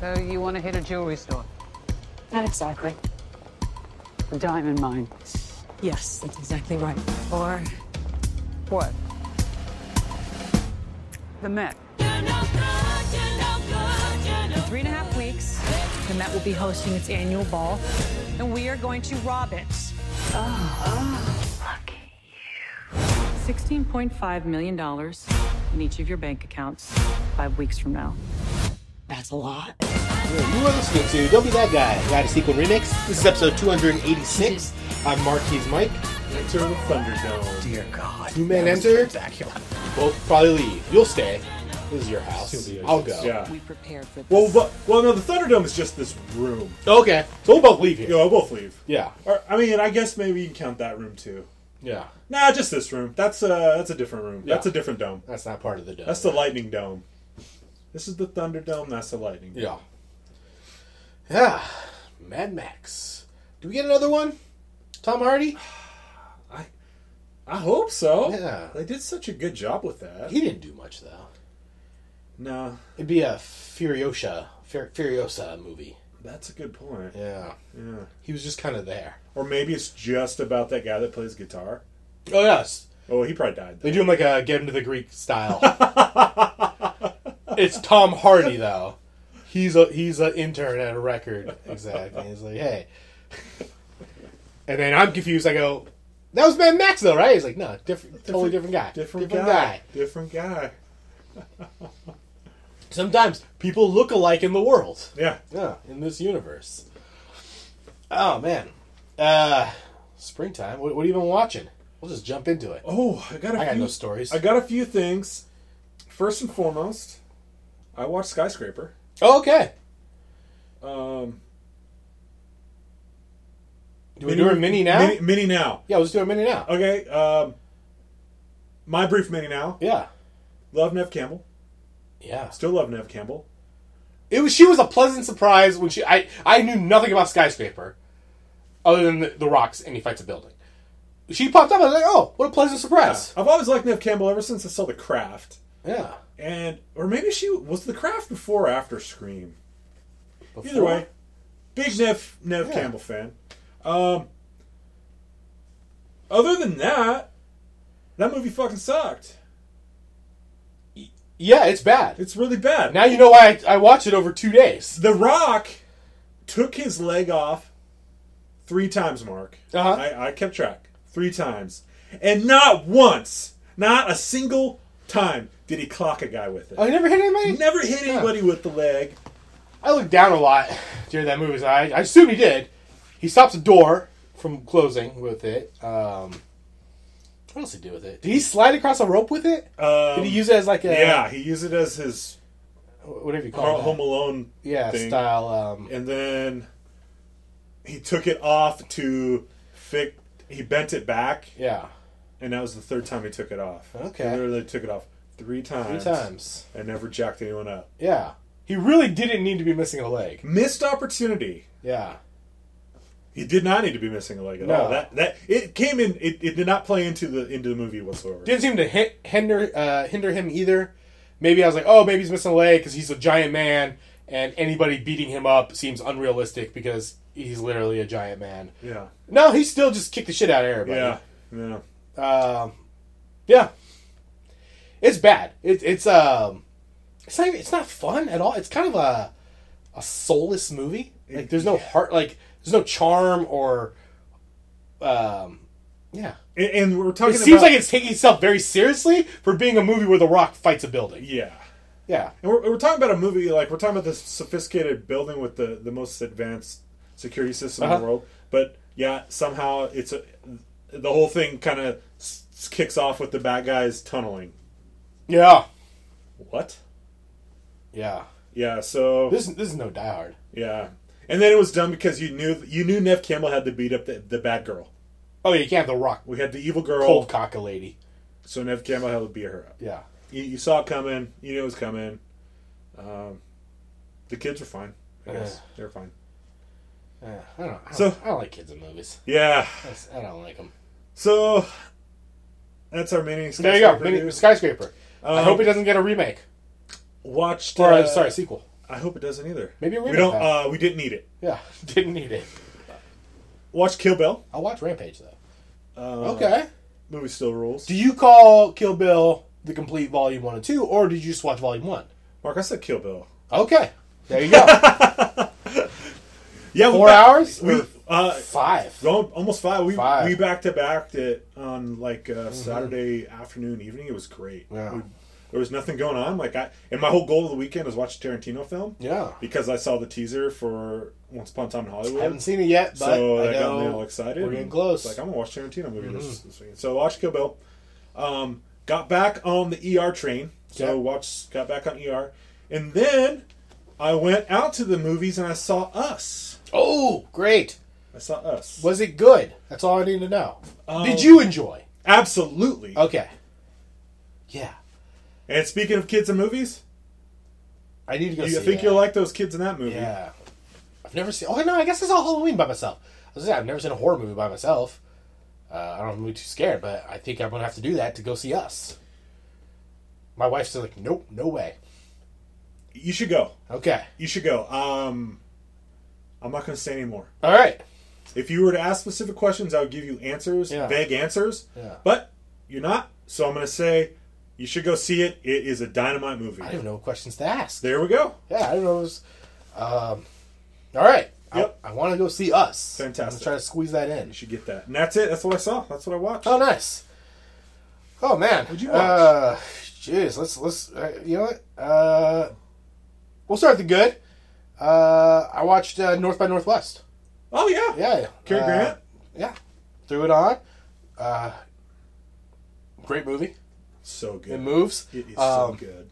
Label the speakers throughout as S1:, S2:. S1: So you want to hit a jewelry store?
S2: Not exactly.
S1: A diamond mine?
S2: Yes, that's exactly right. Or
S1: What? The Met.
S2: three and a half weeks, the Met will be hosting its annual ball, and we are going to rob it. Oh, lucky you. $16.5 million in each of your bank accounts five weeks from now. That's a lot.
S3: You are listening to Don't Be That Guy, Guy to Sequel Remix. This is episode 286. I'm Marquise Mike.
S4: Enter the Thunderdome.
S5: Dear God.
S3: You may enter, we'll probably leave. You'll stay. This is your house. I'll go.
S4: Yeah.
S2: We prepared for this.
S4: Well, but, well, no, the Thunderdome is just this room.
S3: Okay, so we'll both leave here.
S4: Yeah, we'll both leave.
S3: Yeah,
S4: Or, I mean, I guess maybe you can count that room too.
S3: yeah.
S4: Nah, just this room. That's a that's a different room.
S3: Yeah.
S4: That's a different dome.
S3: That's not part of the dome.
S4: That's the Lightning Dome. This is the Thunderdome. That's the Lightning. Dome.
S3: Yeah. Yeah. Mad Max. Do we get another one? Tom Hardy?
S4: I hope so.
S3: Yeah.
S4: They did such a good job with that.
S3: He didn't do much though.
S4: nah,
S3: It'd be a Furiosa, Fur- Furiosa movie.
S4: that's a good point.
S3: Yeah.
S4: Yeah.
S3: He was just kind of there.
S4: Or maybe it's just about that guy that plays guitar.
S3: Oh yes.
S4: Oh, he probably died.
S3: They
S4: Though.
S3: do him like a get him to the Greek style. it's Tom Hardy though. He's a he's an intern at a record exactly. He's like, hey, and then I'm confused. I go, that was Mad Max though, right? He's like, no, different, totally different guy,
S4: Different, guy. Different guy.
S3: Sometimes people look alike in the world.
S4: Yeah.
S3: Yeah, in this universe. Oh man, uh, springtime. What, what have you been watching? We'll just jump into it.
S4: Oh, I got a
S3: I got
S4: few
S3: no stories.
S4: I got a few things. First and foremost, I watched Skyscraper.
S3: Oh, okay.
S4: Um,
S3: Do we do a mini now?
S4: Mini, mini now.
S3: Yeah, let's do a mini now.
S4: Okay. Um, my brief mini now.
S3: Yeah,
S4: Love Nev Campbell.
S3: yeah.
S4: Still love Nev Campbell.
S3: It was. She was a pleasant surprise when she. I I knew nothing about skyscraper, other than the, the rocks and he fights a building. She popped up. I was like, oh, what a pleasant surprise.
S4: I've always liked Nev Campbell ever since I saw The Craft,
S3: Yeah.
S4: and or maybe she was The Craft before or after Scream. Either
S3: Before-
S4: way, big Nev Nev
S3: Yeah.
S4: Campbell fan. Um, other than that, that movie fucking sucked.
S3: Yeah, it's bad.
S4: It's really bad.
S3: Now you know why I, I watched it over two days.
S4: The Rock took his leg off three times, Mark.
S3: Uh-huh.
S4: I, I kept track. Three times. And not once, not a single time, did he clock a guy with it.
S3: I never hit anybody.
S4: Never hit anybody with the leg.
S3: I looked down a lot during that movie. So I, I assume he did. He stops a door from closing with it. Um, what else did he do with it? Did he slide across a rope with it?
S4: Um,
S3: did he use it as like a
S4: Yeah, he used it as his
S3: whatever you call it?
S4: Home Alone
S3: Oh. yeah,
S4: thing.
S3: style. Um,
S4: And then he took it off to fix. He bent it back,
S3: yeah,
S4: and that was the third time he took it off.
S3: Okay.
S4: He literally took it off
S3: three
S4: three times.
S3: times.
S4: And never jacked anyone up.
S3: Yeah, he really didn't need to be missing a leg.
S4: missed opportunity.
S3: Yeah,
S4: He did not need to be missing a leg at
S3: No.
S4: all. That that it came in. It, it did not play into the into the movie whatsoever.
S3: didn't seem to hit, hinder uh, hinder him either. Maybe I was like, oh, maybe he's missing a leg because he's a giant man, and anybody beating him up seems unrealistic because he's literally a giant man.
S4: yeah,
S3: No, he still just kicked the shit out of everybody.
S4: yeah, yeah.
S3: Um, yeah. It's bad. It, it's um, it's not even, it's not fun at all. It's kind of a a soulless movie. Like there's no heart. Like there's no charm or um, yeah.
S4: And, and we're
S3: It
S4: talking.
S3: seems
S4: about,
S3: like it's taking itself very seriously for being a movie where The Rock fights a building.
S4: yeah.
S3: Yeah.
S4: And we're, we're talking about a movie like we're talking about this sophisticated building with the the most advanced security system in
S3: Uh-huh.
S4: the world. But yeah, somehow it's a, the whole thing kind of s- kicks off with the bad guys tunneling.
S3: Yeah.
S4: What?
S3: Yeah.
S4: Yeah. So
S3: This this is no Die Hard.
S4: yeah, and then it was done because you knew you knew Nev Campbell had to beat up the, the bad girl.
S3: Oh, you can't have The Rock
S4: We had the evil girl.
S3: cold cock a lady.
S4: So Nev Campbell had to beat her up.
S3: Yeah.
S4: You, you saw it coming. You knew it was coming. Um, the kids were fine. I guess
S3: Yeah.
S4: they were fine.
S3: Uh, I don't. know. I don't,
S4: So-
S3: I don't like kids in movies.
S4: Yeah.
S3: That's- I don't like them.
S4: So that's our mini.
S3: There you go,
S4: skyscraper
S3: mini,
S4: review.
S3: skyscraper. I hope it doesn't get a remake
S4: Watched.
S3: or
S4: Um, uh,
S3: uh, sorry, sequel.
S4: I hope it doesn't either.
S3: Maybe a
S4: we
S3: Reno
S4: don't.
S3: pack.
S4: Uh, we didn't need it.
S3: Yeah, didn't need it.
S4: Watch Kill Bill.
S3: I'll watch Rampage though. okay.
S4: Movie still rules.
S3: Uh, Do you call Kill Bill the complete Volume One and Two, or did you just watch Volume One?
S4: Mark, I said Kill Bill.
S3: Okay, there you go.
S4: Yeah, we
S3: Four
S4: back-
S3: hours?
S4: We
S3: Or-
S4: uh,
S3: Five.
S4: al- almost five. We
S3: Five. Mm-hmm.
S4: we back to backed it on like uh, Saturday afternoon, evening. It was great.
S3: Yeah.
S4: We- there was nothing going on. Like I and my whole goal of the weekend was watch a Tarantino film.
S3: Yeah.
S4: because I saw the teaser for Once Upon a Time in Hollywood.
S3: I haven't seen it yet, but
S4: so
S3: I
S4: that got me
S3: know
S4: all excited.
S3: We're getting
S4: and
S3: close. Mm-hmm.
S4: it's Like I'm gonna watch Tarantino movie this, this weekend. So watch Kill Bill. Um, got back on the ER train.
S3: Okay.
S4: So watch. Got back on ER, and then I went out to the movies and I saw Us.
S3: oh, great.
S4: I saw Us.
S3: Was it good? That's all I need to know.
S4: Um,
S3: Did you enjoy?
S4: Absolutely.
S3: Okay. Yeah.
S4: And speaking of kids in movies,
S3: I need to go
S4: you,
S3: see
S4: I think
S3: that.
S4: you'll like those kids in that movie.
S3: Yeah. I've never seen. Oh no, I guess I saw Halloween by myself. I was gonna say, I've never seen a horror movie by myself. Uh, I don't know if I'm too scared, but I think I'm gonna have to do that to go see us. My wife's like, nope, no way.
S4: You should go.
S3: Okay,
S4: You should go. Um, I'm not going to say anymore.
S3: all right.
S4: If you were to ask specific questions, I would give you answers,
S3: Yeah.
S4: vague answers.
S3: Yeah.
S4: But you're not, so I'm going to say you should go see it. It is a dynamite movie.
S3: I don't even know what questions to ask.
S4: There we go.
S3: Yeah, I don't know. It was, um, all right.
S4: Yep.
S3: I, I want to go see us. I'm
S4: Fantastic.
S3: gonna try to squeeze that in.
S4: You should get that. And that's it. That's what I saw. That's what I watched.
S3: Oh, nice. Oh man.
S4: What'd you watch?
S3: Uh, jeez, let's let's uh, you know what? Uh, we'll start with the good. Uh, I watched uh, North by Northwest.
S4: Oh, yeah.
S3: Yeah.
S4: Cary
S3: uh,
S4: Grant.
S3: Yeah. Threw it on. Uh, great movie.
S4: So good.
S3: It moves.
S4: It is so
S3: Um,
S4: good.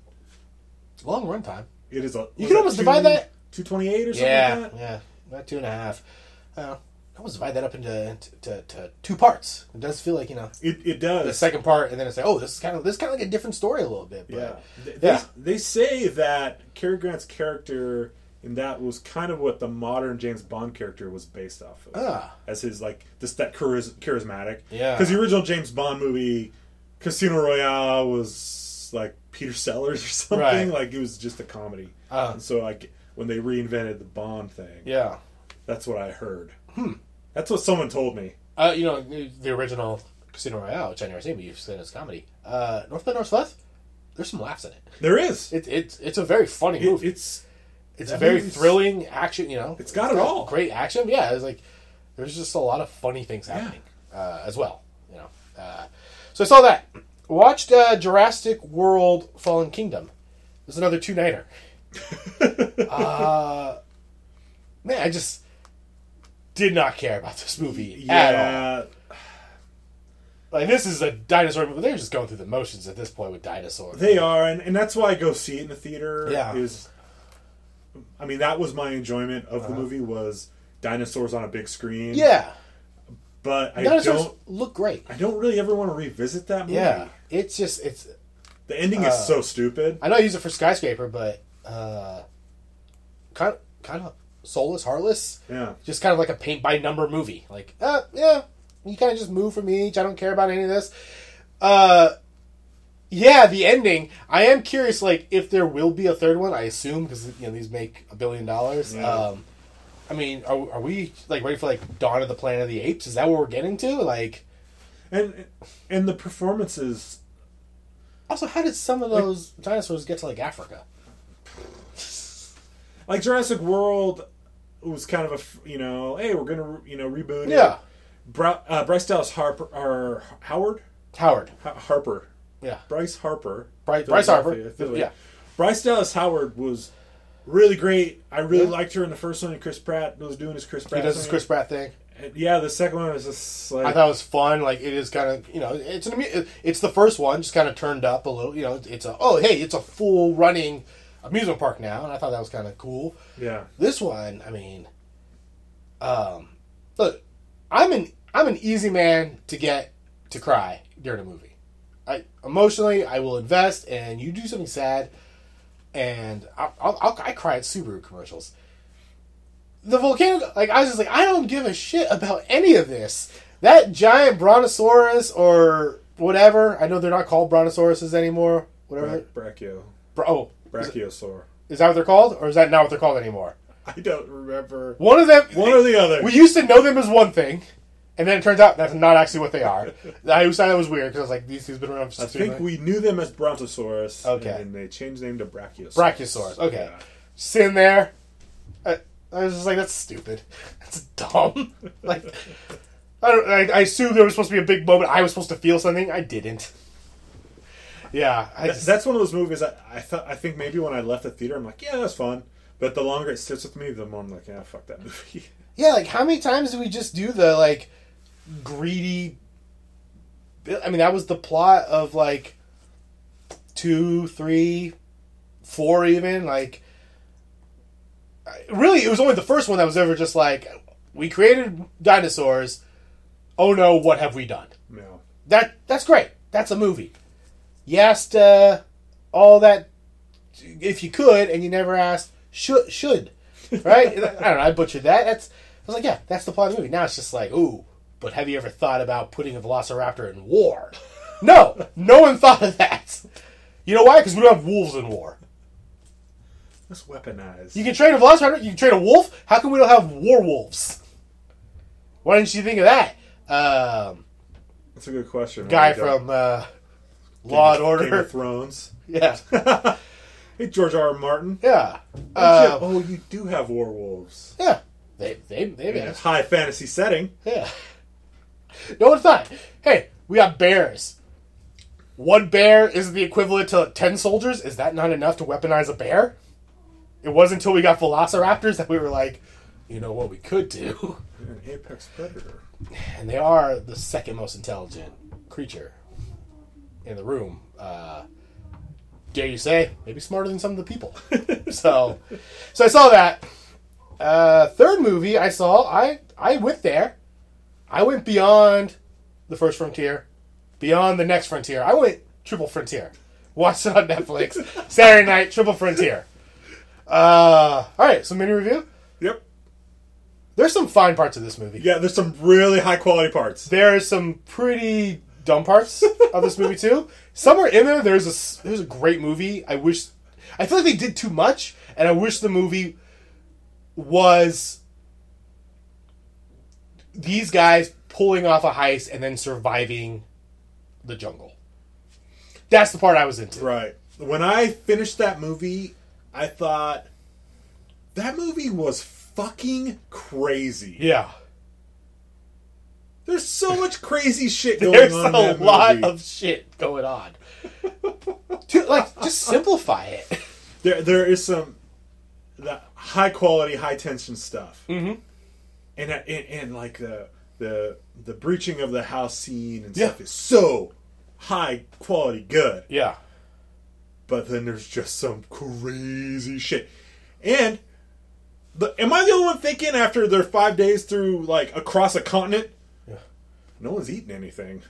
S3: Long runtime.
S4: It is a.
S3: You
S4: was
S3: can
S4: it
S3: almost divide that-
S4: 228 or something
S3: Yeah.
S4: like that?
S3: Yeah. About two and a half. Uh, I almost divide that up into to, to, to two parts. It does feel like you know
S4: It, it does.
S3: the second part, and then it's like, oh, this is kind of this is kind of like a different story a little bit. But,
S4: Yeah. They,
S3: Yeah.
S4: They, they say that Cary Grant's character in that was kind of what the modern James Bond character was based off of.
S3: Ah.
S4: As his, like, this, that chariz- charismatic.
S3: Yeah.
S4: Because the original James Bond movie, Casino Royale, was, like, Peter Sellers or something.
S3: Right.
S4: Like, it was just a comedy.
S3: Ah.
S4: And so, like, when they reinvented the Bond thing,
S3: Yeah.
S4: that's what I heard. Hmm. That's what someone told me.
S3: Uh, you know, the the original Casino Royale, which I never seen, but you've seen as comedy. Uh, North by Northwest, there's some laughs in it.
S4: There is.
S3: It, it's it's a very funny
S4: It-
S3: movie.
S4: it's
S3: it's
S4: that
S3: a very
S4: movie's-
S3: thrilling action, you know.
S4: It's got it all.
S3: Great action. Yeah, it's like, there's just a lot of funny things happening uh, as well, you know. Uh, so I saw that. Watched uh, Jurassic World Fallen Kingdom. There's another two nighter. uh, man, I just did not care about this movie at all.
S4: yeah.
S3: Like this is a dinosaur movie. They're just going through the motions at this point with dinosaurs.
S4: They are, and, and that's why I go see it in the theater.
S3: Yeah.
S4: Is I mean, that was my enjoyment of the movie was dinosaurs on a big screen.
S3: Uh-huh. yeah.
S4: But I
S3: Dinosaurs
S4: don't
S3: look great.
S4: I don't really ever want to revisit that movie.
S3: Yeah, it's just it's.
S4: The ending is so stupid.
S3: I know I use it for skyscraper, but uh, kind of, kind of soulless, heartless.
S4: Yeah.
S3: just kind of like a paint by number movie. Like, uh, yeah, you kind of just move from each. I don't care about any of this. Uh, yeah, the ending. I am curious, like, if there will be a third one. I assume because you know these make a billion dollars.
S4: Yeah.
S3: Um, I mean, are, are we like ready for like Dawn of the Planet of the Apes? Is that what we're getting to? Like,
S4: And and the performances
S3: also, how did some of those dinosaurs get to like Africa?
S4: like Jurassic World was kind of a f- you know, hey, we're going to you know reboot it.
S3: Yeah.
S4: Bra- uh, Bryce Dallas Harper or Howard
S3: Howard.
S4: Ha- Harper.
S3: Yeah.
S4: Bryce Harper.
S3: Bry- Bryce Harper.
S4: Philadelphia, Philly.
S3: Yeah.
S4: Bryce Dallas Howard was really great. I really liked her in the first one. And Chris Pratt was doing his Chris
S3: He
S4: Pratt.
S3: does this
S4: thing.
S3: Chris Pratt thing.
S4: And yeah, the second one was just like
S3: I thought it was fun. Like it is kind of you know it's an amu- it's the first one just kind of turned up a little. You know it's a oh hey it's a full running amusement park now, and I thought that was kind of cool.
S4: yeah,
S3: This one, I mean, um, look, I'm an I'm an easy man to get to cry during a movie. I emotionally I will invest, and you do something sad, and I'll, I'll, I'll I cry at Subaru commercials. The volcano, like I was just like I don't give a shit about any of this. That giant brontosaurus or whatever. I know they're not called brontosauruses anymore. Whatever.
S4: Brachio,
S3: Bro, oh,
S4: Brachiosaur.
S3: Is that what they're called, or is that not what they're called anymore?
S4: I don't remember.
S3: One of them.
S4: One or the other.
S3: We used to know them as one thing, and then it turns out that's not actually what they are. I always thought that was weird because I was like, these things been around for
S4: I
S3: too
S4: think
S3: long.
S4: we knew them as Brontosaurus.
S3: Okay.
S4: And then they changed their name to Brachiosaurus.
S3: Brachiosaurus. Okay,
S4: Yeah.
S3: sitting there, I, I was just like, that's stupid. That's dumb. like, I, don't, I, I assumed there was supposed to be a big moment. I was supposed to feel something. I didn't. Yeah, I
S4: That's,
S3: just,
S4: that's one of those movies I, I thought I think maybe when I left the theater I'm like, yeah, that's fun. But the longer it sits with me, the more I'm like, yeah, fuck that movie.
S3: yeah. Like, how many times do we just do the like greedy? I mean, that was the plot of like two, three, four, even like. I- Really, it was only the first one that was ever just like, we created dinosaurs. Oh no, what have we done?
S4: no.
S3: That that's great. That's a movie. You asked uh, all that if you could, and you never asked should should right. I don't know. I butchered that. That's I was like, yeah, that's the plot of the movie. Now it's just like, ooh, but have you ever thought about putting a Velociraptor in war? No, no one thought of that. You know why? Because we don't have wolves in war.
S4: That's weaponized.
S3: You can train a velociraptor. You can train a wolf. How come we don't have war wolves? Why didn't you think of that? Um,
S4: that's a good question.
S3: guy
S4: Like, uh,
S3: from uh,
S4: Game
S3: Law
S4: of-
S3: and
S4: Game
S3: Order.
S4: of Thrones.
S3: Yeah.
S4: Hey, George R. R. Martin.
S3: Yeah.
S4: Oh, shit.
S3: Uh,
S4: oh, you do have werewolves.
S3: yeah. They, they, they,
S4: In a
S3: yeah.
S4: high fantasy setting.
S3: yeah. No, it's not. Hey, we got bears. One bear is the equivalent to 10 soldiers. Is that not enough to weaponize a bear? It wasn't until we got velociraptors that we were like, you know what we could do?
S4: You're an apex predator.
S3: And they are the second most intelligent creature in the room. Uh, dare you say, maybe smarter than some of the people. so, so I saw that. Uh, third movie I saw, I I went there. I went beyond the first frontier, beyond the next frontier. I went triple frontier. Watched it on Netflix Saturday night. Triple frontier. Uh, all right, so mini review.
S4: Yep.
S3: There's some fine parts of this movie.
S4: Yeah, there's some really high quality parts.
S3: there are some pretty dumb parts of this movie too. Somewhere in there, there's a s- there's a great movie. I wish, I feel like they did too much, and I wish the movie was these guys pulling off a heist and then surviving the jungle. That's the part I was into.
S4: Right. When I finished that movie, I thought that movie was fucking crazy.
S3: Yeah,
S4: There's so much crazy shit going
S3: there's
S4: on. in
S3: a
S4: that
S3: lot
S4: movie.
S3: of shit going on. Dude, like, just simplify it.
S4: there. There is some the high quality, high tension stuff. Mm-hmm. And, I- and and like the the the breaching of the house scene and stuff
S3: Yeah.
S4: is so high quality good.
S3: Yeah,
S4: but then there's just some crazy shit. And the, am I the only one thinking after their five days through like across a continent? No one's eating anything.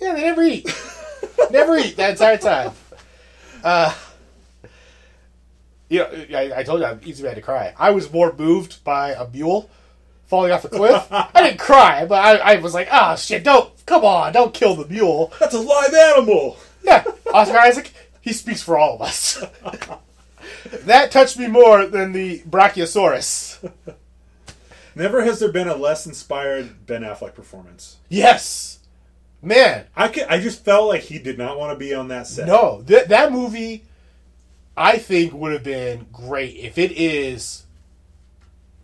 S3: Yeah, they never eat. never eat that entire time. Uh, you know, I, I told you I'm easily had to cry. I was more moved by a mule falling off a cliff. I didn't cry, but I, I was like, ah, shit, don't, come on, don't kill the mule.
S4: That's a live animal.
S3: Yeah, Oscar Isaac, he speaks for all of us. that touched me more than the Brachiosaurus.
S4: Never has there been a less inspired Ben Affleck performance.
S3: Yes. Man,
S4: I could, I just felt like he did not want to be on that set.
S3: No, that that movie, I think would have been great if it is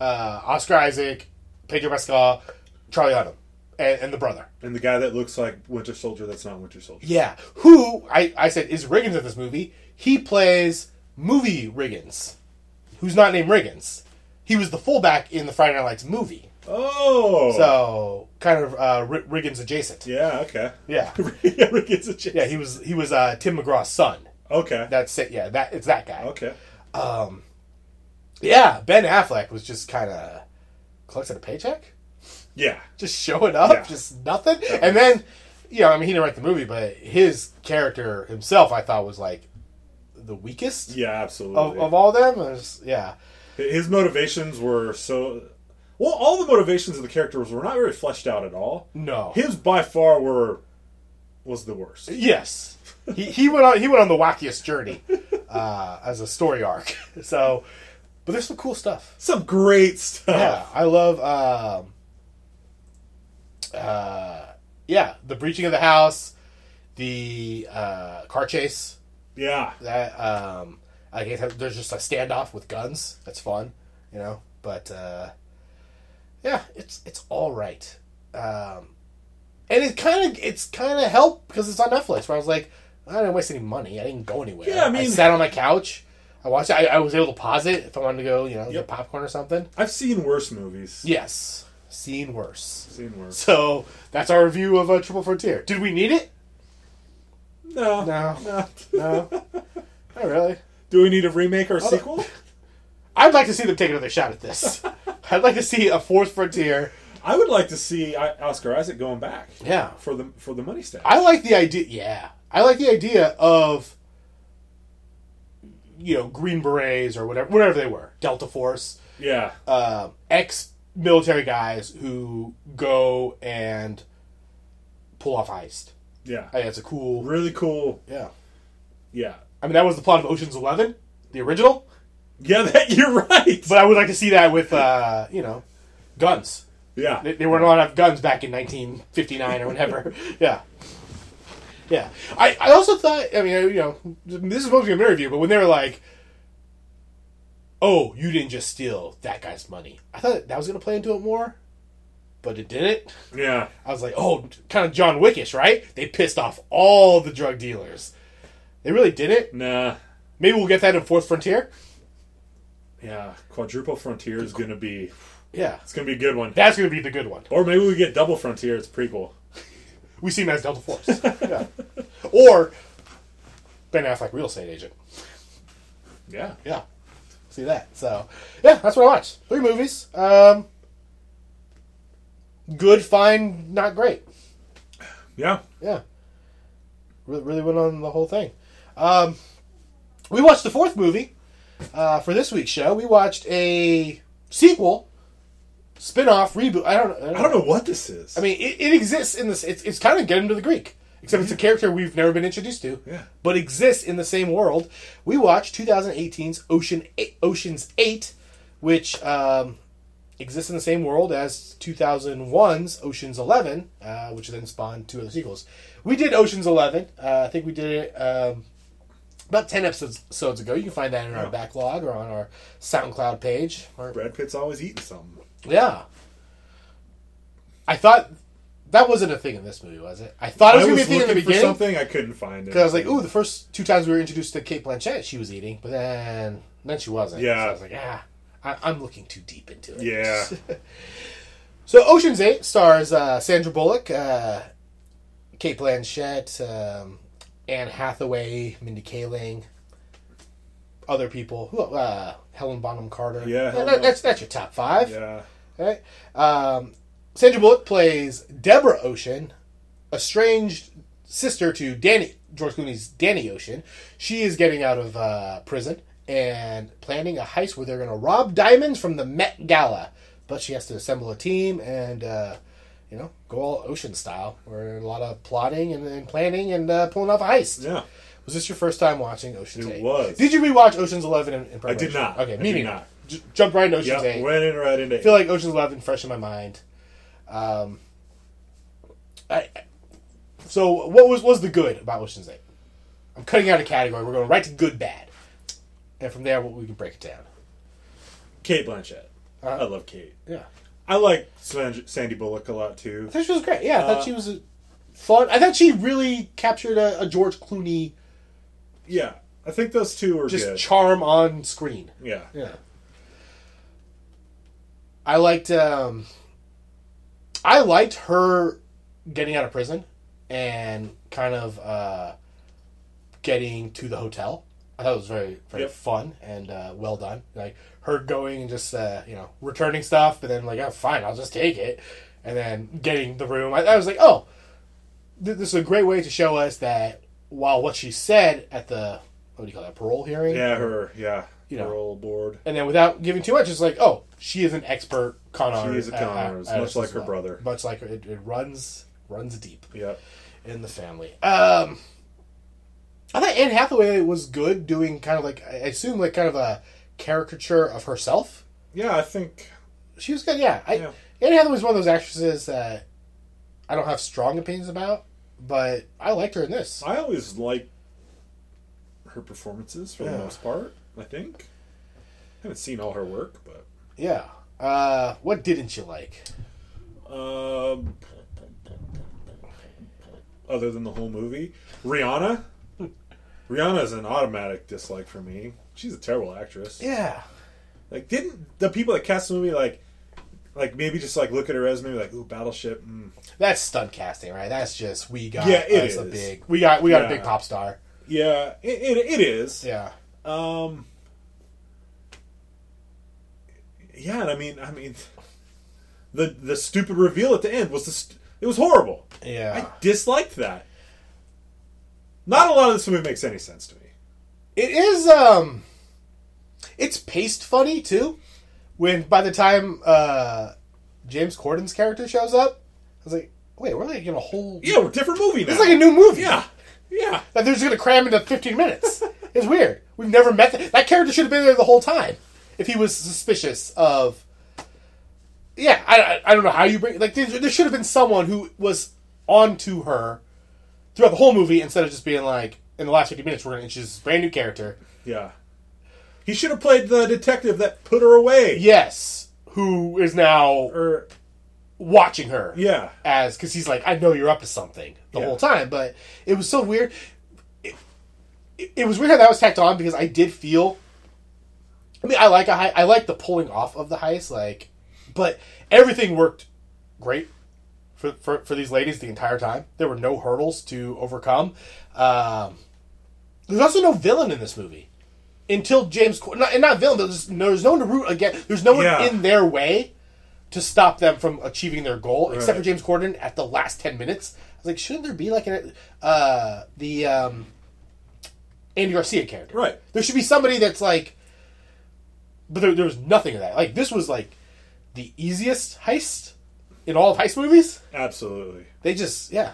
S3: uh, Oscar Isaac, Pedro Pascal, Charlie Hunnam, and, and the brother.
S4: And the guy that looks like Winter Soldier that's not Winter Soldier.
S3: Yeah, who I I said is Riggins in this movie? He plays movie Riggins, who's not named Riggins. He was the fullback in the Friday Night Lights movie,
S4: Oh.
S3: so kind of uh, R- Riggins adjacent.
S4: yeah, okay.
S3: Yeah.
S4: Rick gets a chance.
S3: yeah, he was he was uh, Tim McGraw's son.
S4: Okay.
S3: That's it. Yeah, that it's that guy.
S4: okay.
S3: Yeah, Ben Affleck was just kind of collecting a paycheck,
S4: Yeah.
S3: just showing up,
S4: Yeah.
S3: just nothing. And then, you know, I mean, he didn't write the movie, but his character himself, I thought, was like the weakest
S4: Yeah, absolutely.
S3: of, of all them. I was- yeah,
S4: His motivations were so. Well, all the motivations of the characters were not very fleshed out at all.
S3: no,
S4: His by far were was the worst.
S3: yes, he, he went on he went on the wackiest journey. uh, as a story arc. So, but there's some cool stuff.
S4: Some great stuff.
S3: Yeah, I love. Um, uh, yeah, the breaching of the house, the uh, car chase.
S4: Yeah.
S3: That um, I guess there's just a standoff with guns. That's fun, you know. But uh, yeah, it's it's all right. Um, and it kind of it's kind of helped because it's on Netflix. Where I was like, I didn't waste any money. I didn't go anywhere.
S4: Yeah, I mean-
S3: sat on my couch. I watched. it. I, I was able to pause it if I wanted to go, you know, get
S4: Yep.
S3: popcorn or something.
S4: I've seen worse movies.
S3: Yes, seen worse.
S4: Seen worse.
S3: So that's our review of uh, Triple Frontier. Did we need it?
S4: No.
S3: No.
S4: No.
S3: No, Uh, not really.
S4: Do we need a remake or a sequel?
S3: I'd like to see them take another shot at this. I'd like to see a fourth frontier.
S4: I would like to see I- Oscar Isaac going back.
S3: Yeah.
S4: For the for the money stack.
S3: I like the idea. Yeah, I like the idea of you know Green Berets or whatever, whatever they were, Delta Force,
S4: yeah.
S3: um, ex military guys who go and pull off heist.
S4: yeah.
S3: I think that's a cool.
S4: really cool.
S3: Yeah,
S4: Yeah.
S3: I mean that was the plot of Ocean's Eleven, the original.
S4: Yeah, that you're right.
S3: But I would like to see that with uh, you know guns.
S4: yeah.
S3: They, they weren't allowed to have guns back in 1959 or whenever. yeah. Yeah. I, I also thought, I mean, you know, this is supposed to be an interview, but when they were like, oh, you didn't just steal that guy's money, I thought that was going to play into it more, but it didn't.
S4: yeah.
S3: I was like, oh, kind of John Wickish, right? They pissed off all the drug dealers. They really did it.
S4: Nah.
S3: Maybe we'll get that in Fourth Frontier.
S4: Yeah. Quadruple Frontier is gonna be
S3: Yeah.
S4: it's gonna be a good one.
S3: That's going to be the good one.
S4: Or maybe we get Double Frontier, it's a prequel.
S3: We see him as Delta Force. yeah. Or Ben Affleck, real estate agent.
S4: Yeah.
S3: Yeah. See that. So, yeah, that's what I watched. Three movies. Um, good, fine, not great.
S4: Yeah.
S3: Yeah. Really, really went on the whole thing. Um, we watched the fourth movie uh, for this week's show. We watched a sequel, spin off, reboot. I don't, I don't
S4: I don't know what this is.
S3: I mean, it, it exists in this. It's, it's kind of get him to the Greek, except it's a character we've never been introduced to.
S4: Yeah.
S3: But exists in the same world. We watched 2018's Ocean Eight, Ocean's Eight, which um, exists in the same world as 2001's Ocean's Eleven, uh, which then spawned two other sequels. We did Ocean's Eleven. Uh, I think we did it. Um, about 10 episodes episodes ago. You can find that in our
S4: Yeah.
S3: backlog or on our SoundCloud page or
S4: Brad Pitt's always eating something.
S3: yeah. I thought that wasn't a thing in this movie, was it? I thought it was,
S4: I
S3: going to
S4: was
S3: be a thing in the
S4: looking for
S3: beginning.
S4: something I couldn't find it.
S3: Because I was like, ooh, the first two times we were introduced to Kate Blanchett, she was eating, but then then she wasn't.
S4: Yeah.
S3: So I was like, ah, I, I'm looking too deep into it.
S4: Yeah.
S3: So Ocean's Eight stars uh, Sandra Bullock, uh, Kate Blanchett, um, Anne Hathaway, Mindy Kaling, other people. Who? Uh, Helen Bonham Carter.
S4: Yeah, Helen
S3: that, that's that's your top five.
S4: yeah.
S3: Right. Um, Sandra Bullock plays Deborah Ocean, estranged sister to Danny George Clooney's Danny Ocean. She is getting out of uh, prison and planning a heist where they're going to rob diamonds from the Met Gala. But she has to assemble a team and uh, you know go all Ocean style, where a lot of plotting and, and planning and uh, pulling off a heist.
S4: Yeah.
S3: Was this your first time watching Ocean's
S4: It
S3: Eight?
S4: was.
S3: Did you rewatch Ocean's Eleven? In, in
S4: I did
S3: preparation?
S4: not.
S3: Okay,
S4: I
S3: me
S4: did
S3: neither.
S4: not.
S3: J- jumped right into Ocean's
S4: Yeah.
S3: Eight
S4: Went in right into
S3: feel like Ocean's Eleven fresh in my mind. Um, I, I- so what was was the good about Ocean's Eight? I'm cutting out a category. We're going right to good bad, and from there we can break it down.
S4: Kate Blanchett.
S3: Uh-huh.
S4: I love Kate.
S3: Yeah,
S4: I like Sand- Sandy Bullock a lot too.
S3: I thought she was great. Yeah, I thought she was a fun. I thought she really captured a, a George Clooney
S4: Yeah, I think those two are
S3: just
S4: good.
S3: charm on screen.
S4: yeah.
S3: Yeah. I liked um I liked her getting out of prison and kind of uh getting to the hotel. I thought it was very very
S4: Yep.
S3: fun and uh, well done. Like her going and just uh, you know returning stuff, and then like oh fine, I'll just take it, and then getting the room. I, I was like, oh, th- this is a great way to show us that while what she said at the what do you call that parole hearing,
S4: Yeah, her. Yeah,
S3: You
S4: her
S3: know.
S4: old board.
S3: and then without giving too much, it's like, oh, she is an expert con artist.
S4: is a con artist, much like her brother.
S3: Much like her, it, it runs runs deep
S4: Yeah,
S3: in the family. Um, I thought Anne Hathaway was good doing kind of like I assume like kind of a caricature of herself.
S4: Yeah, I think.
S3: She was good. Yeah, I,
S4: Yeah.
S3: Anne Hathaway was one of those actresses that I don't have strong opinions about, but I liked her in this.
S4: I always like her performances for
S3: Yeah.
S4: the most part, I think. haven't seen all her work, but.
S3: Yeah. Uh, what didn't you like?
S4: Um, other than the whole movie, Rihanna. Rihanna is an automatic dislike for me. She's a terrible actress.
S3: Yeah.
S4: Like, didn't the people that cast the movie like, like maybe just like look at her resume like, ooh, Battleship. Mm.
S3: That's stunt casting, right? That's just we got
S4: Yeah, it
S3: us a
S4: is.
S3: big we got we got a big
S4: Yeah.
S3: pop star.
S4: Yeah, it, it, it is.
S3: Yeah.
S4: Um. Yeah, and I mean, I mean, the the stupid reveal at the end was the st- it was horrible.
S3: Yeah.
S4: I disliked that. Not a lot of this movie makes any sense to me.
S3: It is um it's paced funny too. When by the time uh James Corden's character shows up, I was like, wait, we're like in a whole
S4: Yeah, we're a different movie now.
S3: It's like a new movie.
S4: yeah, yeah.
S3: That they're just gonna cram into fifteen minutes. it's weird. We've never met that that character should have been there the whole time. If he was suspicious of Yeah, I, I, I don't know how you bring like there, there should have been someone who was on to her throughout the whole movie instead of just being like in the last fifty minutes we're gonna introduce this brand new character.
S4: Yeah. He should have played the detective that put her away. Er,
S3: Yes, who is now
S4: Or
S3: watching her.
S4: Yeah.
S3: As because he's like, I know you're up to something the
S4: Yeah.
S3: whole time, but it was so weird. It, it, it was weird how that was tacked on because I did feel. I mean, I like a hei- I like the pulling off of the heist, like, but everything worked great for for, for these ladies the entire time. There were no hurdles to overcome. Um, there's also no villain in this movie. Until James, Cor- not, and not villain, but there's no, there's no one to root against. There's no one
S4: Yeah.
S3: in their way to stop them from achieving their goal, except for
S4: Right.
S3: James Corden at the last ten minutes. I was like, shouldn't there be like an uh, the um, Andy Garcia character?
S4: Right.
S3: There should be somebody that's like, but there, there was nothing of that. Like this was like the easiest heist in all of heist movies.
S4: absolutely.
S3: They just yeah,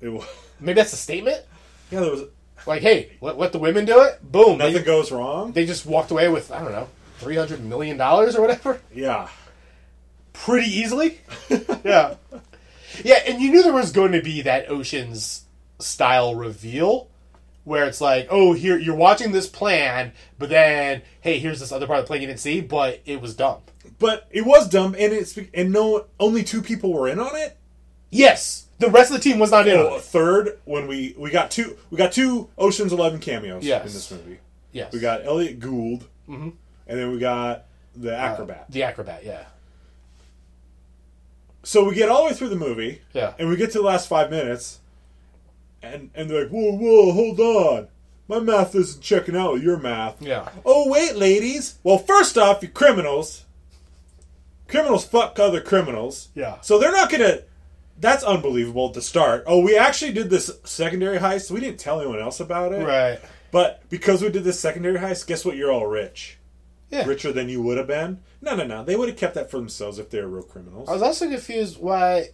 S4: It was.
S3: maybe that's a statement.
S4: Yeah, there was
S3: Like hey, let, let the women do it. Boom. They-
S4: nothing goes wrong.
S3: they just walked away with I don't know three hundred million dollars or whatever.
S4: yeah.
S3: pretty easily. yeah. Yeah, and you knew there was going to be that Ocean's style reveal where it's like, oh, here you're watching this plan, but then hey, here's this other part of the plan you didn't see, but it was dumb.
S4: But it was dumb, and it's and no, only two people were in on it.
S3: Yes, the rest of the team was not in
S4: Oh,
S3: on
S4: a
S3: it.
S4: third when we we got two we got two Ocean's Eleven cameos
S3: Yes.
S4: in this movie.
S3: Yes,
S4: We got Elliot Gould, and then we got the acrobat.
S3: Uh, the acrobat. Yeah,
S4: so we get all the way through the movie,
S3: Yeah.
S4: and we get to the last five minutes, and and they're like, whoa, whoa, hold on, my math isn't checking out with your math.
S3: Yeah.
S4: Oh wait, ladies. Well, first off, you criminals. Criminals fuck other criminals.
S3: Yeah.
S4: So they're not gonna. That's unbelievable to start. Oh, we actually did this secondary heist. We didn't tell anyone else about it.
S3: right.
S4: But because we did this secondary heist, guess what? You're all rich.
S3: Yeah.
S4: Richer than you would have been. No, no, no. They would have kept that for themselves if they were real criminals.
S3: I was also confused why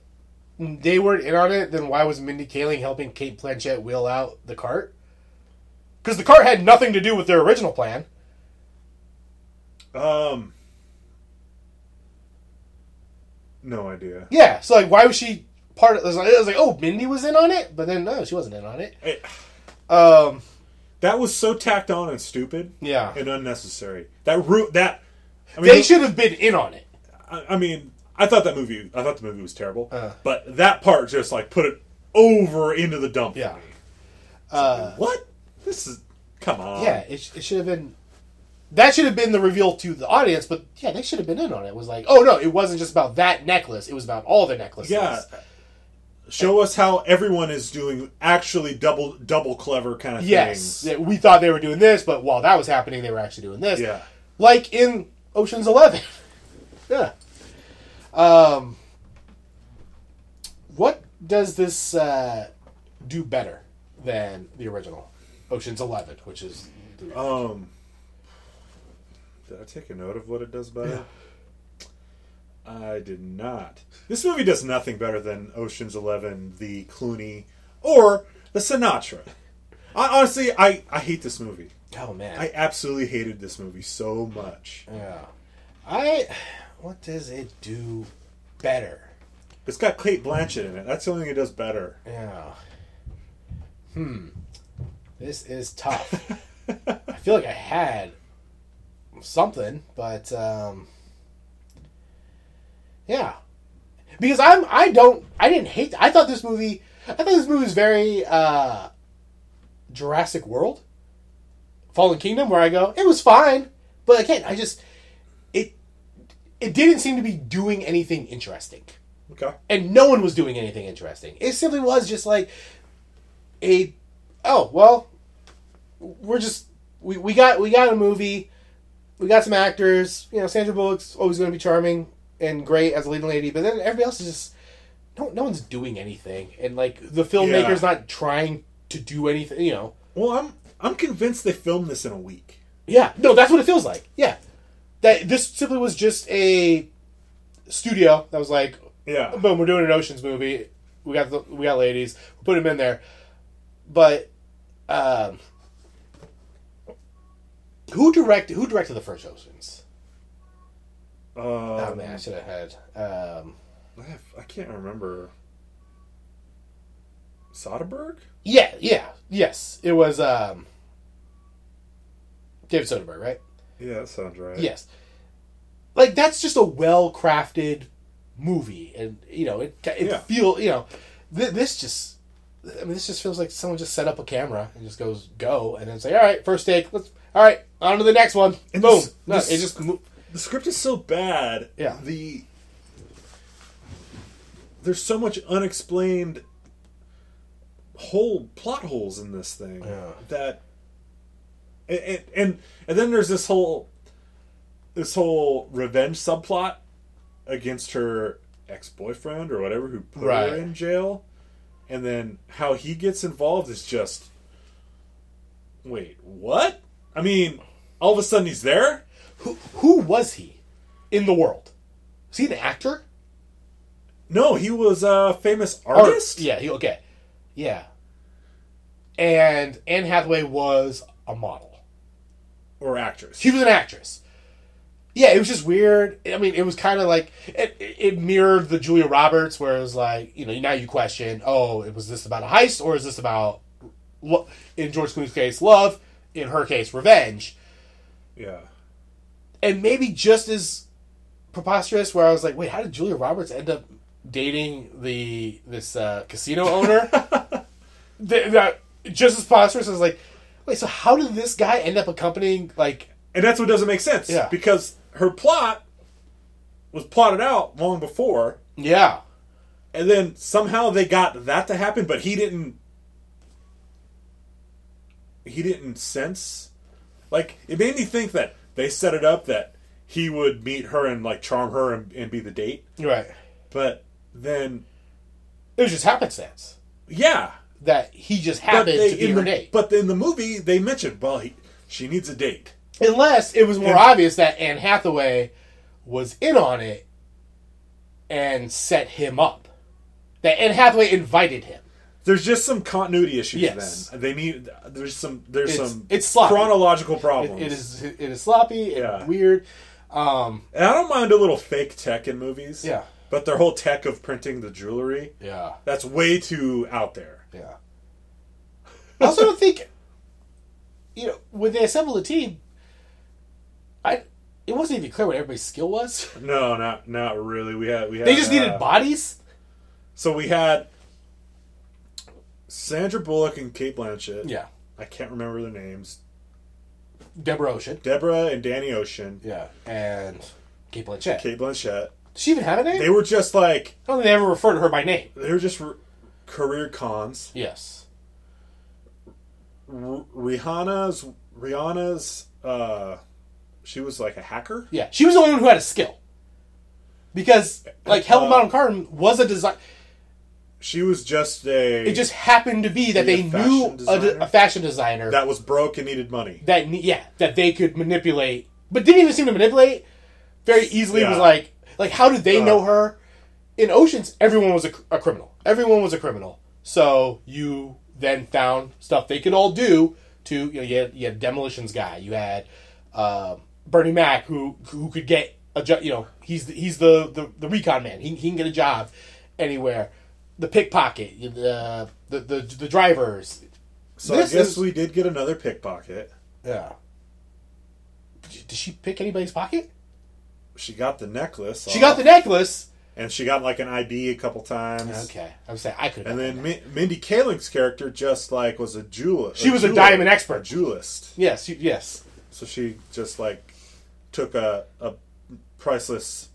S3: they weren't in on it. Then why was Mindy Kaling helping Kate Blanchett wheel out the cart? Because the cart had nothing to do with their original plan.
S4: Um, no idea.
S3: Yeah, so like, why was she part of? It was like, it was like, oh, Mindy was in on it, but then no, she wasn't in on it.
S4: It-
S3: Um,
S4: that was so tacked on and stupid.
S3: Yeah.
S4: and unnecessary. That root that. I mean,
S3: they should have been in on it.
S4: I, I mean, I thought that movie. I thought the movie was terrible,
S3: Uh.
S4: but that part just like put it over into the dump. for
S3: Yeah.
S4: me. what? This is come on.
S3: Yeah, it, sh- it should have been. That should have been the reveal to the audience, but yeah, they should have been in on it. It was like, oh no, it wasn't just about that necklace; it was about all the necklaces.
S4: yeah. Show us how everyone is doing actually double double clever kind of
S3: Yes,
S4: things.
S3: that we thought they were doing this, but while that was happening, they were actually doing this.
S4: Yeah.
S3: like in Ocean's Eleven. yeah. Um, what does this uh, do better than the original Ocean's Eleven, which is the,
S4: Um, did I take a note of what it does better? I did not. This movie does nothing better than Ocean's Eleven, the Clooney, or the Sinatra. I, honestly, I, I hate this movie.
S3: Oh man.
S4: I absolutely hated this movie so much.
S3: yeah. I. What does it do better?
S4: It's got Cate Blanchett in it. That's the only thing it does better.
S3: Yeah. Hmm. This is tough. I feel like I had something, but um Yeah. Because I'm I don't I didn't hate I thought this movie I thought this movie was very uh Jurassic World Fallen Kingdom where I go, it was fine, but again, I just it it didn't seem to be doing anything interesting
S4: Okay.
S3: and no one was doing anything interesting. It simply was just like a oh well, we're just we, we got we got a movie, we got some actors. You know, Sandra Bullock's always going to be charming and great as a leading lady, but then everybody else is just no no one's doing anything, and like the filmmaker's
S4: Yeah.
S3: not trying to do anything. You know,
S4: Well, I'm I'm convinced they filmed this in a week.
S3: yeah, no, that's what it feels like. Yeah, that this simply was just a studio that was like,
S4: Yeah.
S3: boom, we're doing an Ocean's movie. We got the, we got ladies. We put them in there, but um, who directed who directed the first Oceans?
S4: Uh,
S3: oh man, I should have had. Um,
S4: I, have, I can't remember. Soderbergh?
S3: yeah, yeah, yes, it was um, David Soderbergh, right?
S4: Yeah, that sounds right.
S3: Yes. Like that's just a well crafted movie, and you know it. It
S4: Yeah.
S3: feel you know, th- this just. I mean, this just feels like someone just set up a camera and just goes go, and then say, "All right, first take. Let's all right, on to the next one."
S4: And
S3: Boom.
S4: this-
S3: no,
S4: this-
S3: it just mo-
S4: The script is so bad.
S3: Yeah.
S4: The there's so much unexplained whole plot holes in this thing
S3: Yeah.
S4: that and, and and and then there's this whole this whole revenge subplot against her ex-boyfriend or whatever who put
S3: Right.
S4: her in jail and then how he gets involved is just wait what i mean all of a sudden he's there
S3: who who was he in the world? Was he an actor?
S4: No, he was a famous
S3: Or-
S4: artist.
S3: yeah. He okay. Yeah. And Anne Hathaway was a model.
S4: Or actress.
S3: She was an actress. Yeah, it was just weird. I mean, it was kind of like it, it mirrored the Julia Roberts, where it was like, you know, now you question, oh, it was this about a heist or is this about, lo- in George Clooney's case, love, in her case, revenge,
S4: yeah.
S3: and maybe just as preposterous, where I was like, wait, how did Julia Roberts end up dating the this uh, casino owner? Th- that just as preposterous as like, wait, so how did this guy end up accompanying like
S4: And that's what doesn't make sense.
S3: Yeah.
S4: Because her plot was plotted out long before,
S3: yeah.
S4: and then somehow they got that to happen, but he didn't. He didn't sense. Like, it made me think that they set it up that he would meet her and, like, charm her and, and be the date.
S3: Right.
S4: But then,
S3: It was just happenstance
S4: yeah.
S3: that he just happened to be
S4: in
S3: her
S4: the,
S3: date.
S4: but in the movie, they mentioned, well, he, she needs a date.
S3: Unless it was more
S4: And-
S3: obvious that Anne Hathaway was in on it and set him up. That Anne Hathaway invited him.
S4: There's just some continuity issues.
S3: Yes.
S4: Then they need. There's some. There's
S3: It's-
S4: some.
S3: it's sloppy.
S4: chronological
S3: It,
S4: problems.
S3: it is it is sloppy and
S4: Yeah.
S3: weird. Um,
S4: And I don't mind a little fake tech in movies.
S3: Yeah.
S4: But their whole tech of printing the jewelry,
S3: yeah,
S4: that's way too out there.
S3: yeah. I also don't think you know when they assembled the team. I it wasn't even clear what everybody's skill was.
S4: No, not not really. We had we had.
S3: They just
S4: uh,
S3: needed bodies.
S4: So we had Sandra Bullock and Kate Blanchett.
S3: Yeah,
S4: I can't remember their names.
S3: Deborah Ocean.
S4: Deborah and Danny Ocean.
S3: Yeah, and Kate Blanchett.
S4: Kate Blanchett.
S3: Does she even have a name?
S4: They were just like
S3: I don't think they ever refer to her by name.
S4: they were just r career cons.
S3: Yes.
S4: R- Rihanna's Rihanna's uh she was like a hacker.
S3: Yeah. She was the only one who had a skill. Because, like,
S4: Uh,
S3: Helen Bottom Carton was a design.
S4: She was just a
S3: It just happened to be that
S4: Be
S3: they
S4: a
S3: knew
S4: fashion
S3: a, de-
S4: designer?
S3: a fashion designer that,
S4: that was broke and needed money.
S3: ne- yeah, that they could manipulate, but didn't even seem to manipulate. Very easily was
S4: Yeah.
S3: like, like, how did they know her? In Oceans, everyone was a, cr- a criminal. Everyone was a criminal. So you then found stuff they could all do to you know you had, you had demolitions guy you had um Bernie Mac who who could get a job you know he's the, he's the, the the recon man he, he can get a job anywhere the pickpocket the the the, the drivers
S4: So
S3: This
S4: I guess
S3: is-
S4: we did get another pickpocket.
S3: yeah did she pick anybody's pocket
S4: She got the necklace.
S3: she got the necklace
S4: and she got like an ID a couple times.
S3: okay I'm saying I could
S4: And then Mi- Mindy Kaling's character just like was a jeweler.
S3: She was a diamond expert.
S4: jewelist.
S3: yes you- yes
S4: So she just like took a a priceless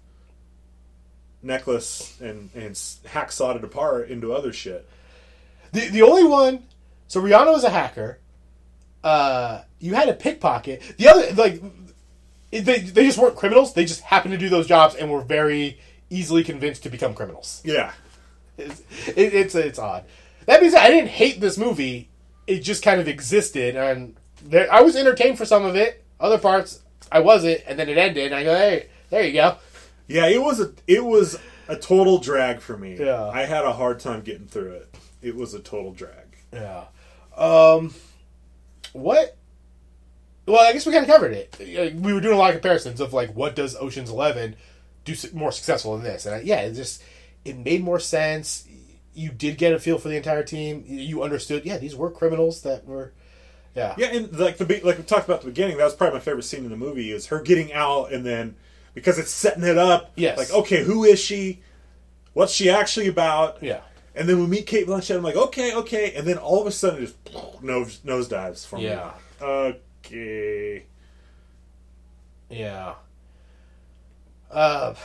S4: necklace and and s- hacksawed it apart into other shit.
S3: The the only one. So Rihanna was a hacker. Uh, you had a pickpocket. The other like they they just weren't criminals. They just happened to do those jobs and were very easily convinced to become criminals.
S4: Yeah.
S3: It's it, it's, it's odd. That being said, I didn't hate this movie. It just kind of existed, and there, I was entertained for some of it. Other parts, I wasn't, and then it ended. And I go, hey, there you go.
S4: Yeah, it was a it was a total drag for me.
S3: Yeah.
S4: I had a hard time getting through it. It was a total drag.
S3: Yeah. Um, what? Well, I guess we kind of covered it. Uh, We were doing a lot of comparisons of like what does Ocean's Eleven do su- more successful than this, and I, yeah, it just it made more sense. You did get a feel for the entire team. You understood. Yeah, these were criminals that were. Yeah.
S4: Yeah, and like the be- like we talked about at the beginning, that was probably my favorite scene in the movie is her getting out and then because it's setting it up.
S3: Yes.
S4: Like, okay, who is she? What's she actually about?
S3: Yeah.
S4: And then we meet Kate Blanchett. I'm like, okay, okay. And then all of a sudden, it just nose nosedives for me.
S3: Yeah.
S4: Okay.
S3: Yeah. Uh,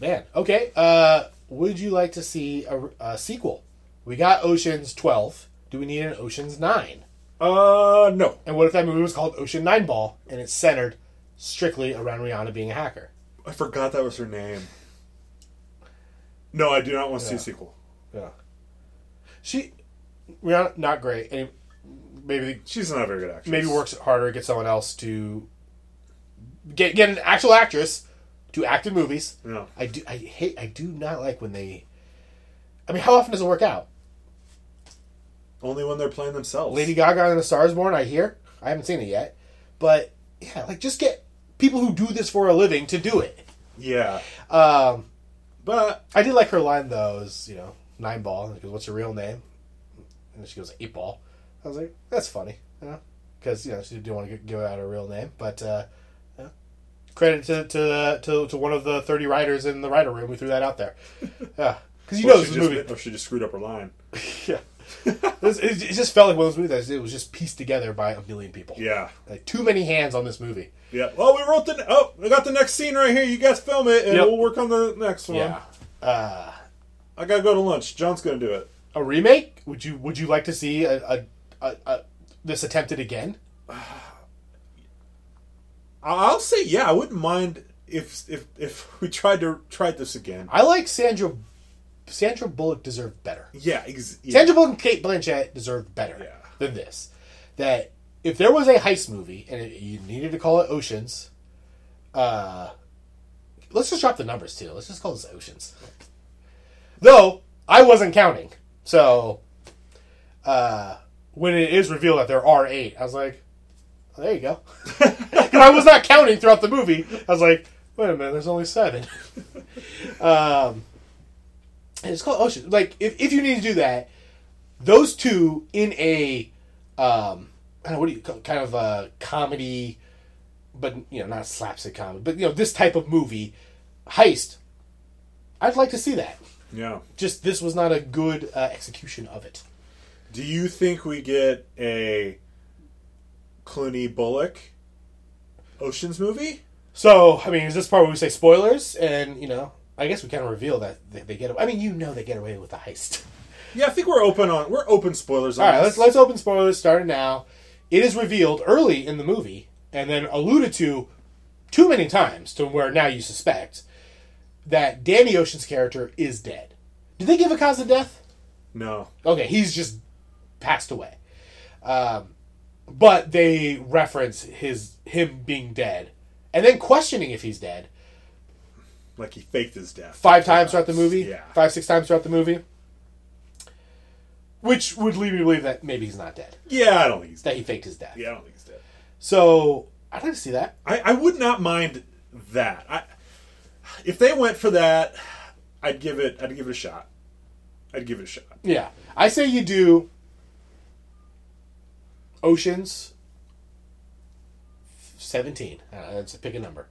S3: man. Okay. Uh, would you like to see a, a sequel? We got Ocean's Twelve. Do we need an Ocean's Nine?
S4: Uh, no.
S3: And what if that movie was called Ocean Nine Ball and it's centered strictly around Rihanna being a hacker?
S4: I forgot that was her name. No, I do not want to see a sequel.
S3: Yeah. She, Rihanna, not great. And maybe
S4: She's not a very good actress.
S3: maybe works harder, get someone else to get get an actual actress to act in movies.
S4: Yeah.
S3: I do. I hate. I do not like when they. I mean, how often does it work out?
S4: Only when they're playing themselves.
S3: Lady Gaga and The Stars Born. I hear. I haven't seen it yet, but yeah, like just get people who do this for a living to do it.
S4: Yeah.
S3: Um,
S4: But
S3: I did like her line though. Is you know nine ball. And she goes, "What's your real name?" And she goes, eight ball." I was like, "That's funny," you know, because you know she didn't want to give out her real name. But uh, yeah. credit to to, to to one of the thirty writers in the writer room who threw that out there. Yeah, because you know
S4: or
S3: this
S4: she
S3: is a
S4: just-
S3: movie.
S4: or she just screwed up her line.
S3: yeah, This- it, it just felt like one of those movies that it was just pieced together by a million people.
S4: Yeah.
S3: like too many hands on this movie.
S4: Yeah. Oh, we wrote the. Oh, I got the next scene right here. You guys film it, and
S3: Yep.
S4: we'll work on the next one.
S3: Yeah, uh,
S4: I gotta go to lunch. John's gonna do it.
S3: a remake. Would you Would you like to see a, a, a, a this attempted again?
S4: I- I'll say, yeah, I wouldn't mind if if if we tried to tried this again.
S3: I like Sandra. Sandra Bullock deserved better.
S4: Yeah. Ex- yeah.
S3: Sandra Bullock and Kate Blanchett deserved better
S4: Yeah.
S3: than this. That if there was a heist movie and it, you needed to call it Oceans, uh, let's just drop the numbers too. Let's just call this Oceans. Though I wasn't counting, so uh, when it is revealed that there are eight, I was like, "Oh, "There you go." 'Cause I was not counting throughout the movie. I was like, "Wait a minute, there's only seven. um, and it's called Ocean. Like, if, if you need to do that, those two in a um, I don't know, what do you call kind of a comedy, but you know, not slapstick comedy, but you know, this type of movie heist. I'd like to see that.
S4: Yeah.
S3: Just this was not a good uh, execution of it.
S4: Do you think we get a Clooney Bullock Ocean's movie?
S3: So, I mean, is this part where we say spoilers? And you know, I guess we kind of reveal that they, they get. I mean, you know, they get away with the heist.
S4: Yeah, I think we're open on we're open spoilers. On
S3: All right, let's
S4: this.
S3: let's open spoilers starting now. It is revealed early in the movie and then alluded to too many times to where now you suspect that Danny Ocean's character is dead. Did they give a cause of death?
S4: No.
S3: Okay, he's just passed away. Um, but they reference his him being dead and then questioning if he's dead
S4: Like he faked his death.
S3: five times throughout the movie.
S4: Yeah.
S3: Five six times throughout the movie. Which would lead me to believe that maybe he's not dead.
S4: Yeah, I don't think he's dead.
S3: That he faked his death.
S4: Yeah, I don't think he's dead.
S3: So I'd like to see that.
S4: I, I would not mind that. I, if they went for that, I'd give it. I'd give it a shot. I'd give it a shot.
S3: Yeah. I say you do Oceans 17. I don't know, Uh, that's pick a number.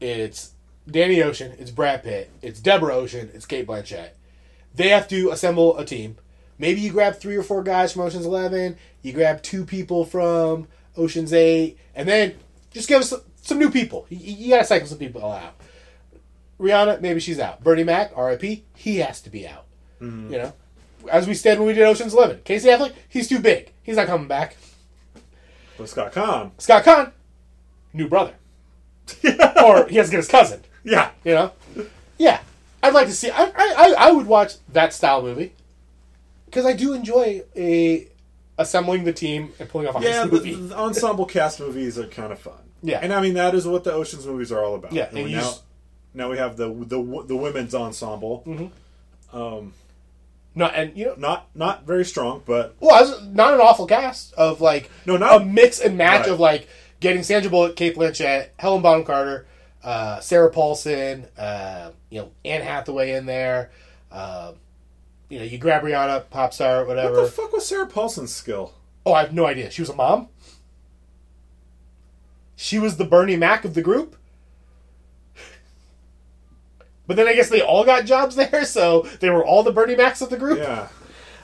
S3: It's Danny Ocean, it's Brad Pitt, it's Deborah Ocean, it's Kate Blanchett. They have to assemble a team. Maybe you grab three or four guys from Ocean's 11, you grab two people from Ocean's 8, and then just give us some, some new people. You, you gotta cycle some people out. Rihanna, maybe she's out. Bernie Mac, RIP, he has to be out. You know, as we said when we did Ocean's Eleven, Casey Affleck, he's too big. He's not coming back.
S4: But Scott Kahn.
S3: Scott Kahn, new brother, or he has to get his cousin.
S4: Yeah.
S3: You know, yeah. I'd like to see. I I, I- I would watch that style movie because I do enjoy a assembling the team and pulling off a heist
S4: Yeah, the,
S3: movie.
S4: the ensemble cast movies are kind of fun.
S3: Yeah.
S4: and I mean that is what the Ocean's movies are all about.
S3: Yeah,
S4: and,
S3: and
S4: we
S3: you
S4: now,
S3: s-
S4: now we have the the the women's ensemble.
S3: Mm-hmm. no, and you know,
S4: Not not very strong, but
S3: well, I was, not an awful cast of like
S4: No, not-
S3: a mix and match
S4: Right.
S3: of like getting Sandra Bullock, Kate Blanchett, Helen Bonham Carter, uh, Sarah Paulson, uh, you know Anne Hathaway in there. Um you know, you grab Rihanna, pop star,
S4: what
S3: whatever.
S4: the fuck was Sarah Paulson's skill?
S3: oh, I have no idea. She was a mom. She was the Bernie Mac of the group. But then I guess they all got jobs there, so they were all the Bernie Macs of the group.
S4: Yeah,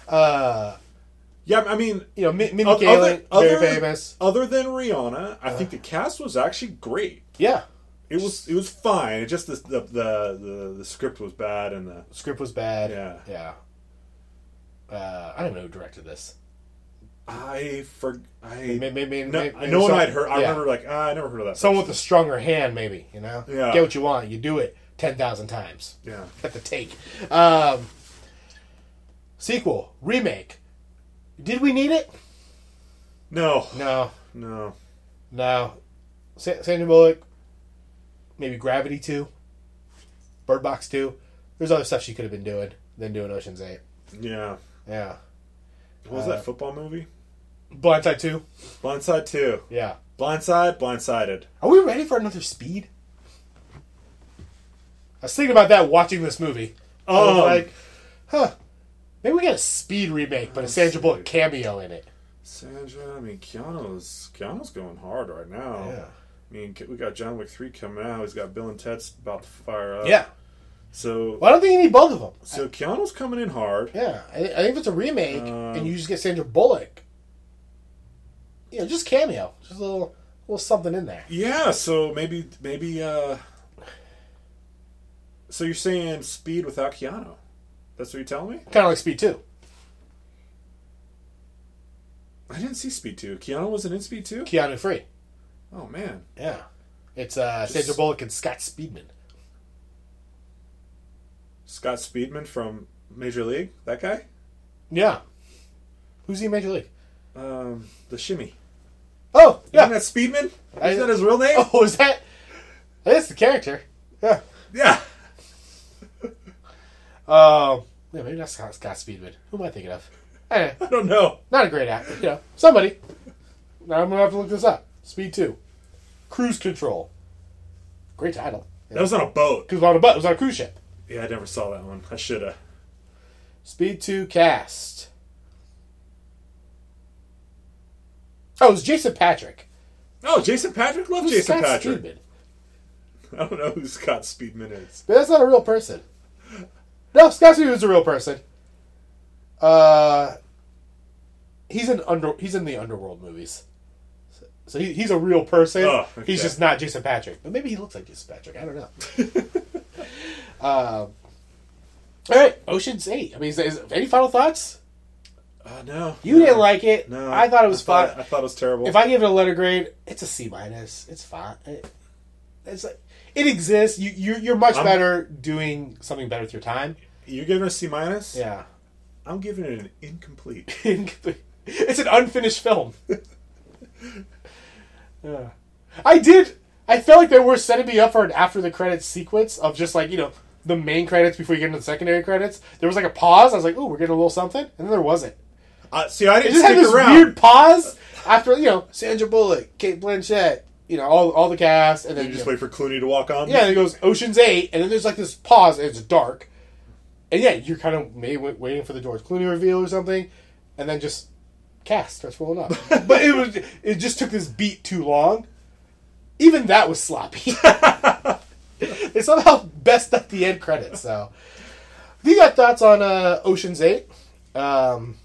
S3: Uh,
S4: yeah. I mean,
S3: you know, Min- Minnie
S4: oth-
S3: Kaling, very famous. Uh-huh.
S4: other than Rihanna, I think the cast was actually great.
S3: Yeah,
S4: It was it was fine. It just the the the, the, the script was bad and the
S3: script was bad.
S4: Yeah.
S3: Yeah. Uh, I don't know who directed this.
S4: I for I
S3: Maybe, maybe,
S4: no,
S3: maybe
S4: no one
S3: some-
S4: I'd heard. I
S3: yeah.
S4: remember like ah, I never heard of that.
S3: someone with a stronger hand, maybe. You know,
S4: Yeah.
S3: get what you want. You do it ten thousand times.
S4: Yeah.
S3: Got the take. Um, sequel remake. Did we need it?
S4: no
S3: No,
S4: no
S3: no. Sa- Sandra Bullock. Maybe Gravity Two. Bird Box Two. There's other stuff she could have been doing than doing Ocean's Eight.
S4: yeah.
S3: Yeah.
S4: What was
S3: Uh,
S4: that football movie?
S3: Blindside Two.
S4: Blindside two.
S3: Yeah.
S4: Blindside, blindsided.
S3: Are we ready for another speed? I was thinking about that watching this movie. I was
S4: Um,
S3: Oh, like, huh. Maybe we get a speed remake, but a Sandra Bullock cameo in it.
S4: Sandra, I mean Keanu's Keanu's going hard right now.
S3: Yeah.
S4: I mean we got John Wick three coming out. He's got Bill and Ted's about to fire up.
S3: Yeah.
S4: So
S3: Well, I don't think you need both of them.
S4: so Keanu's coming in hard.
S3: Yeah. I, I think if it's a remake
S4: Um.
S3: and you just get Sandra Bullock, you know, just cameo. Just a little, little something in there.
S4: Yeah. So maybe maybe. uh So you're saying Speed without Keanu? That's what you're telling me?
S3: Kind of like Speed 2.
S4: I didn't see Speed two. Keanu wasn't in Speed two.
S3: Keanu Free.
S4: Oh man.
S3: Yeah. It's uh, Sandra Bullock and Scott Speedman.
S4: Scott Speedman from Major League. That guy.
S3: Yeah. Who's he in Major League?
S4: Um, the shimmy.
S3: Oh, yeah.
S4: Isn't that Speedman? Isn't
S3: I-
S4: that his real name?
S3: Oh, is that? That's the character. Yeah.
S4: Yeah.
S3: Um. Yeah, maybe not Scott, Scott Speedman. Who am I thinking of? Eh,
S4: I don't know.
S3: not a great actor. You know, somebody. Now I'm gonna have to look this up. Speed two, cruise control. Great title.
S4: That was on a boat.
S3: Because on a boat, it was on a cruise ship.
S4: Yeah, I never saw that one. I should have.
S3: Speed two cast. Oh, it was Jason Patrick.
S4: Oh, Jason Patrick? Love
S3: Who's
S4: Jason
S3: Scott
S4: Patrick.
S3: Speedman?
S4: I don't know who Scott Speedman is.
S3: But that's not a real person. No, Scott Speedman's a real person. Uh, he's in under he's in the underworld movies, so, so he, he's a real person.
S4: Oh, okay.
S3: He's just not Jason Patrick, but maybe he looks like Jason Patrick. I don't know. um, all right, Ocean's Eight. I mean, is, is, any final thoughts?
S4: Uh, no.
S3: You
S4: no,
S3: didn't like it.
S4: No.
S3: I thought it was fun.
S4: I thought it was terrible.
S3: If I give it a letter grade, it's a C minus. It's fine. It, it's like, it exists. You you're, you're much
S4: I'm-
S3: better doing something better with your time.
S4: You're giving it a C minus?
S3: Yeah.
S4: I'm giving it an incomplete.
S3: it's an unfinished film. yeah. I did. I felt like they were setting me up for an after the credits sequence of just like you know the main credits before you get into the secondary credits, there was like a pause. I was like, "Ooh, we're getting a little something," and then there wasn't.
S4: Uh, see, I
S3: It
S4: didn't
S3: just had
S4: stick
S3: this
S4: around.
S3: weird pause after you know Sandra Bullock, Kate Blanchett, you know all all the cast, and then
S4: You
S3: you
S4: just
S3: know,
S4: wait for Clooney to walk on.
S3: yeah, and it goes Ocean's Eight, and then there's like this pause. And it's dark, and yeah, you're kind of may, wait- waiting for the George Clooney reveal or something, and then just cast starts rolling up. but it was it just took this beat too long. Even that was sloppy. they somehow best up the end credits. So, if you got thoughts on uh, Ocean's Eight, um,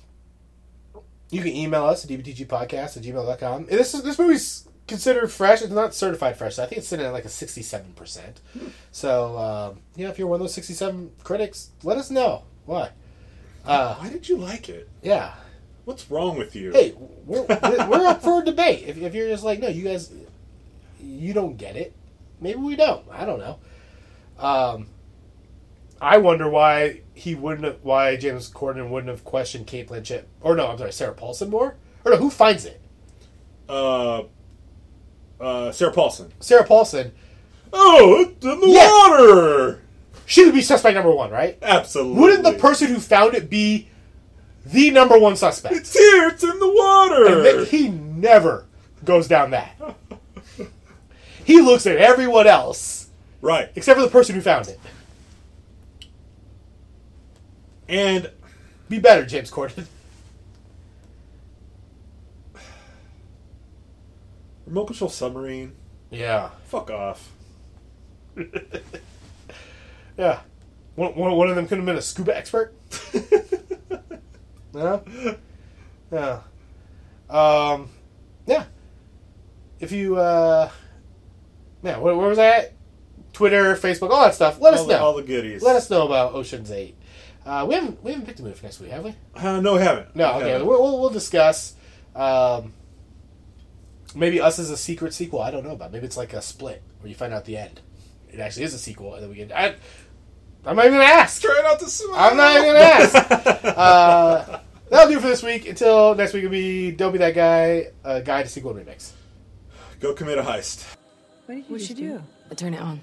S3: you can email us at dbtgpodcast at gmail.com. And This is this movie's considered fresh. It's not certified fresh. So I think it's sitting at like a sixty-seven percent. So um, you know, if you're one of those sixty-seven critics, let us know why.
S4: Why did you like it?
S3: Yeah.
S4: What's wrong with you?
S3: Hey, we're, we're we're up for a debate. If, if you're just like, no, you guys, you don't get it. Maybe we don't. I don't know. Um, I wonder why he wouldn't. Have, why James Corden wouldn't have questioned Kate Blanchett, or no, I'm sorry, Sarah Paulson more, or no, who finds it?
S4: Uh, uh, Sarah Paulson.
S3: Sarah Paulson,
S4: Oh, it's in the
S3: Yeah.
S4: water.
S3: she would be suspect number one, right?
S4: Absolutely.
S3: Wouldn't the person who found it be the number one suspect?
S4: It's here. It's in the
S3: And
S4: water.
S3: then he never goes down that. He looks at everyone else
S4: right.
S3: except for the person who found it.
S4: And
S3: Be better, James Corden.
S4: remote control submarine.
S3: Yeah,
S4: Fuck off.
S3: yeah. One, one, one of them could have been a scuba expert. yeah, yeah, um, yeah. If you, uh, yeah, where, where was I at? Twitter, Facebook, all that stuff. Let
S4: All
S3: us
S4: the,
S3: know.
S4: all the goodies.
S3: Let us know about Ocean's Eight. Uh, we haven't we haven't picked a movie for next week, have we?
S4: Uh, no, we haven't.
S3: No,
S4: We
S3: okay.
S4: haven't.
S3: We'll, we'll, we'll discuss. Um, maybe us is a secret sequel. I don't know about. Maybe it's like a split where you find out the end. It actually is a sequel, and then we get. I, I'm not even gonna ask.
S4: Try not to smile.
S3: I'm not even gonna ask. uh, that'll do it for this week. Until next week, will be don't be that guy. A guide to sequel remix.
S4: Go commit a heist.
S2: What'd she do?
S5: Turn it on.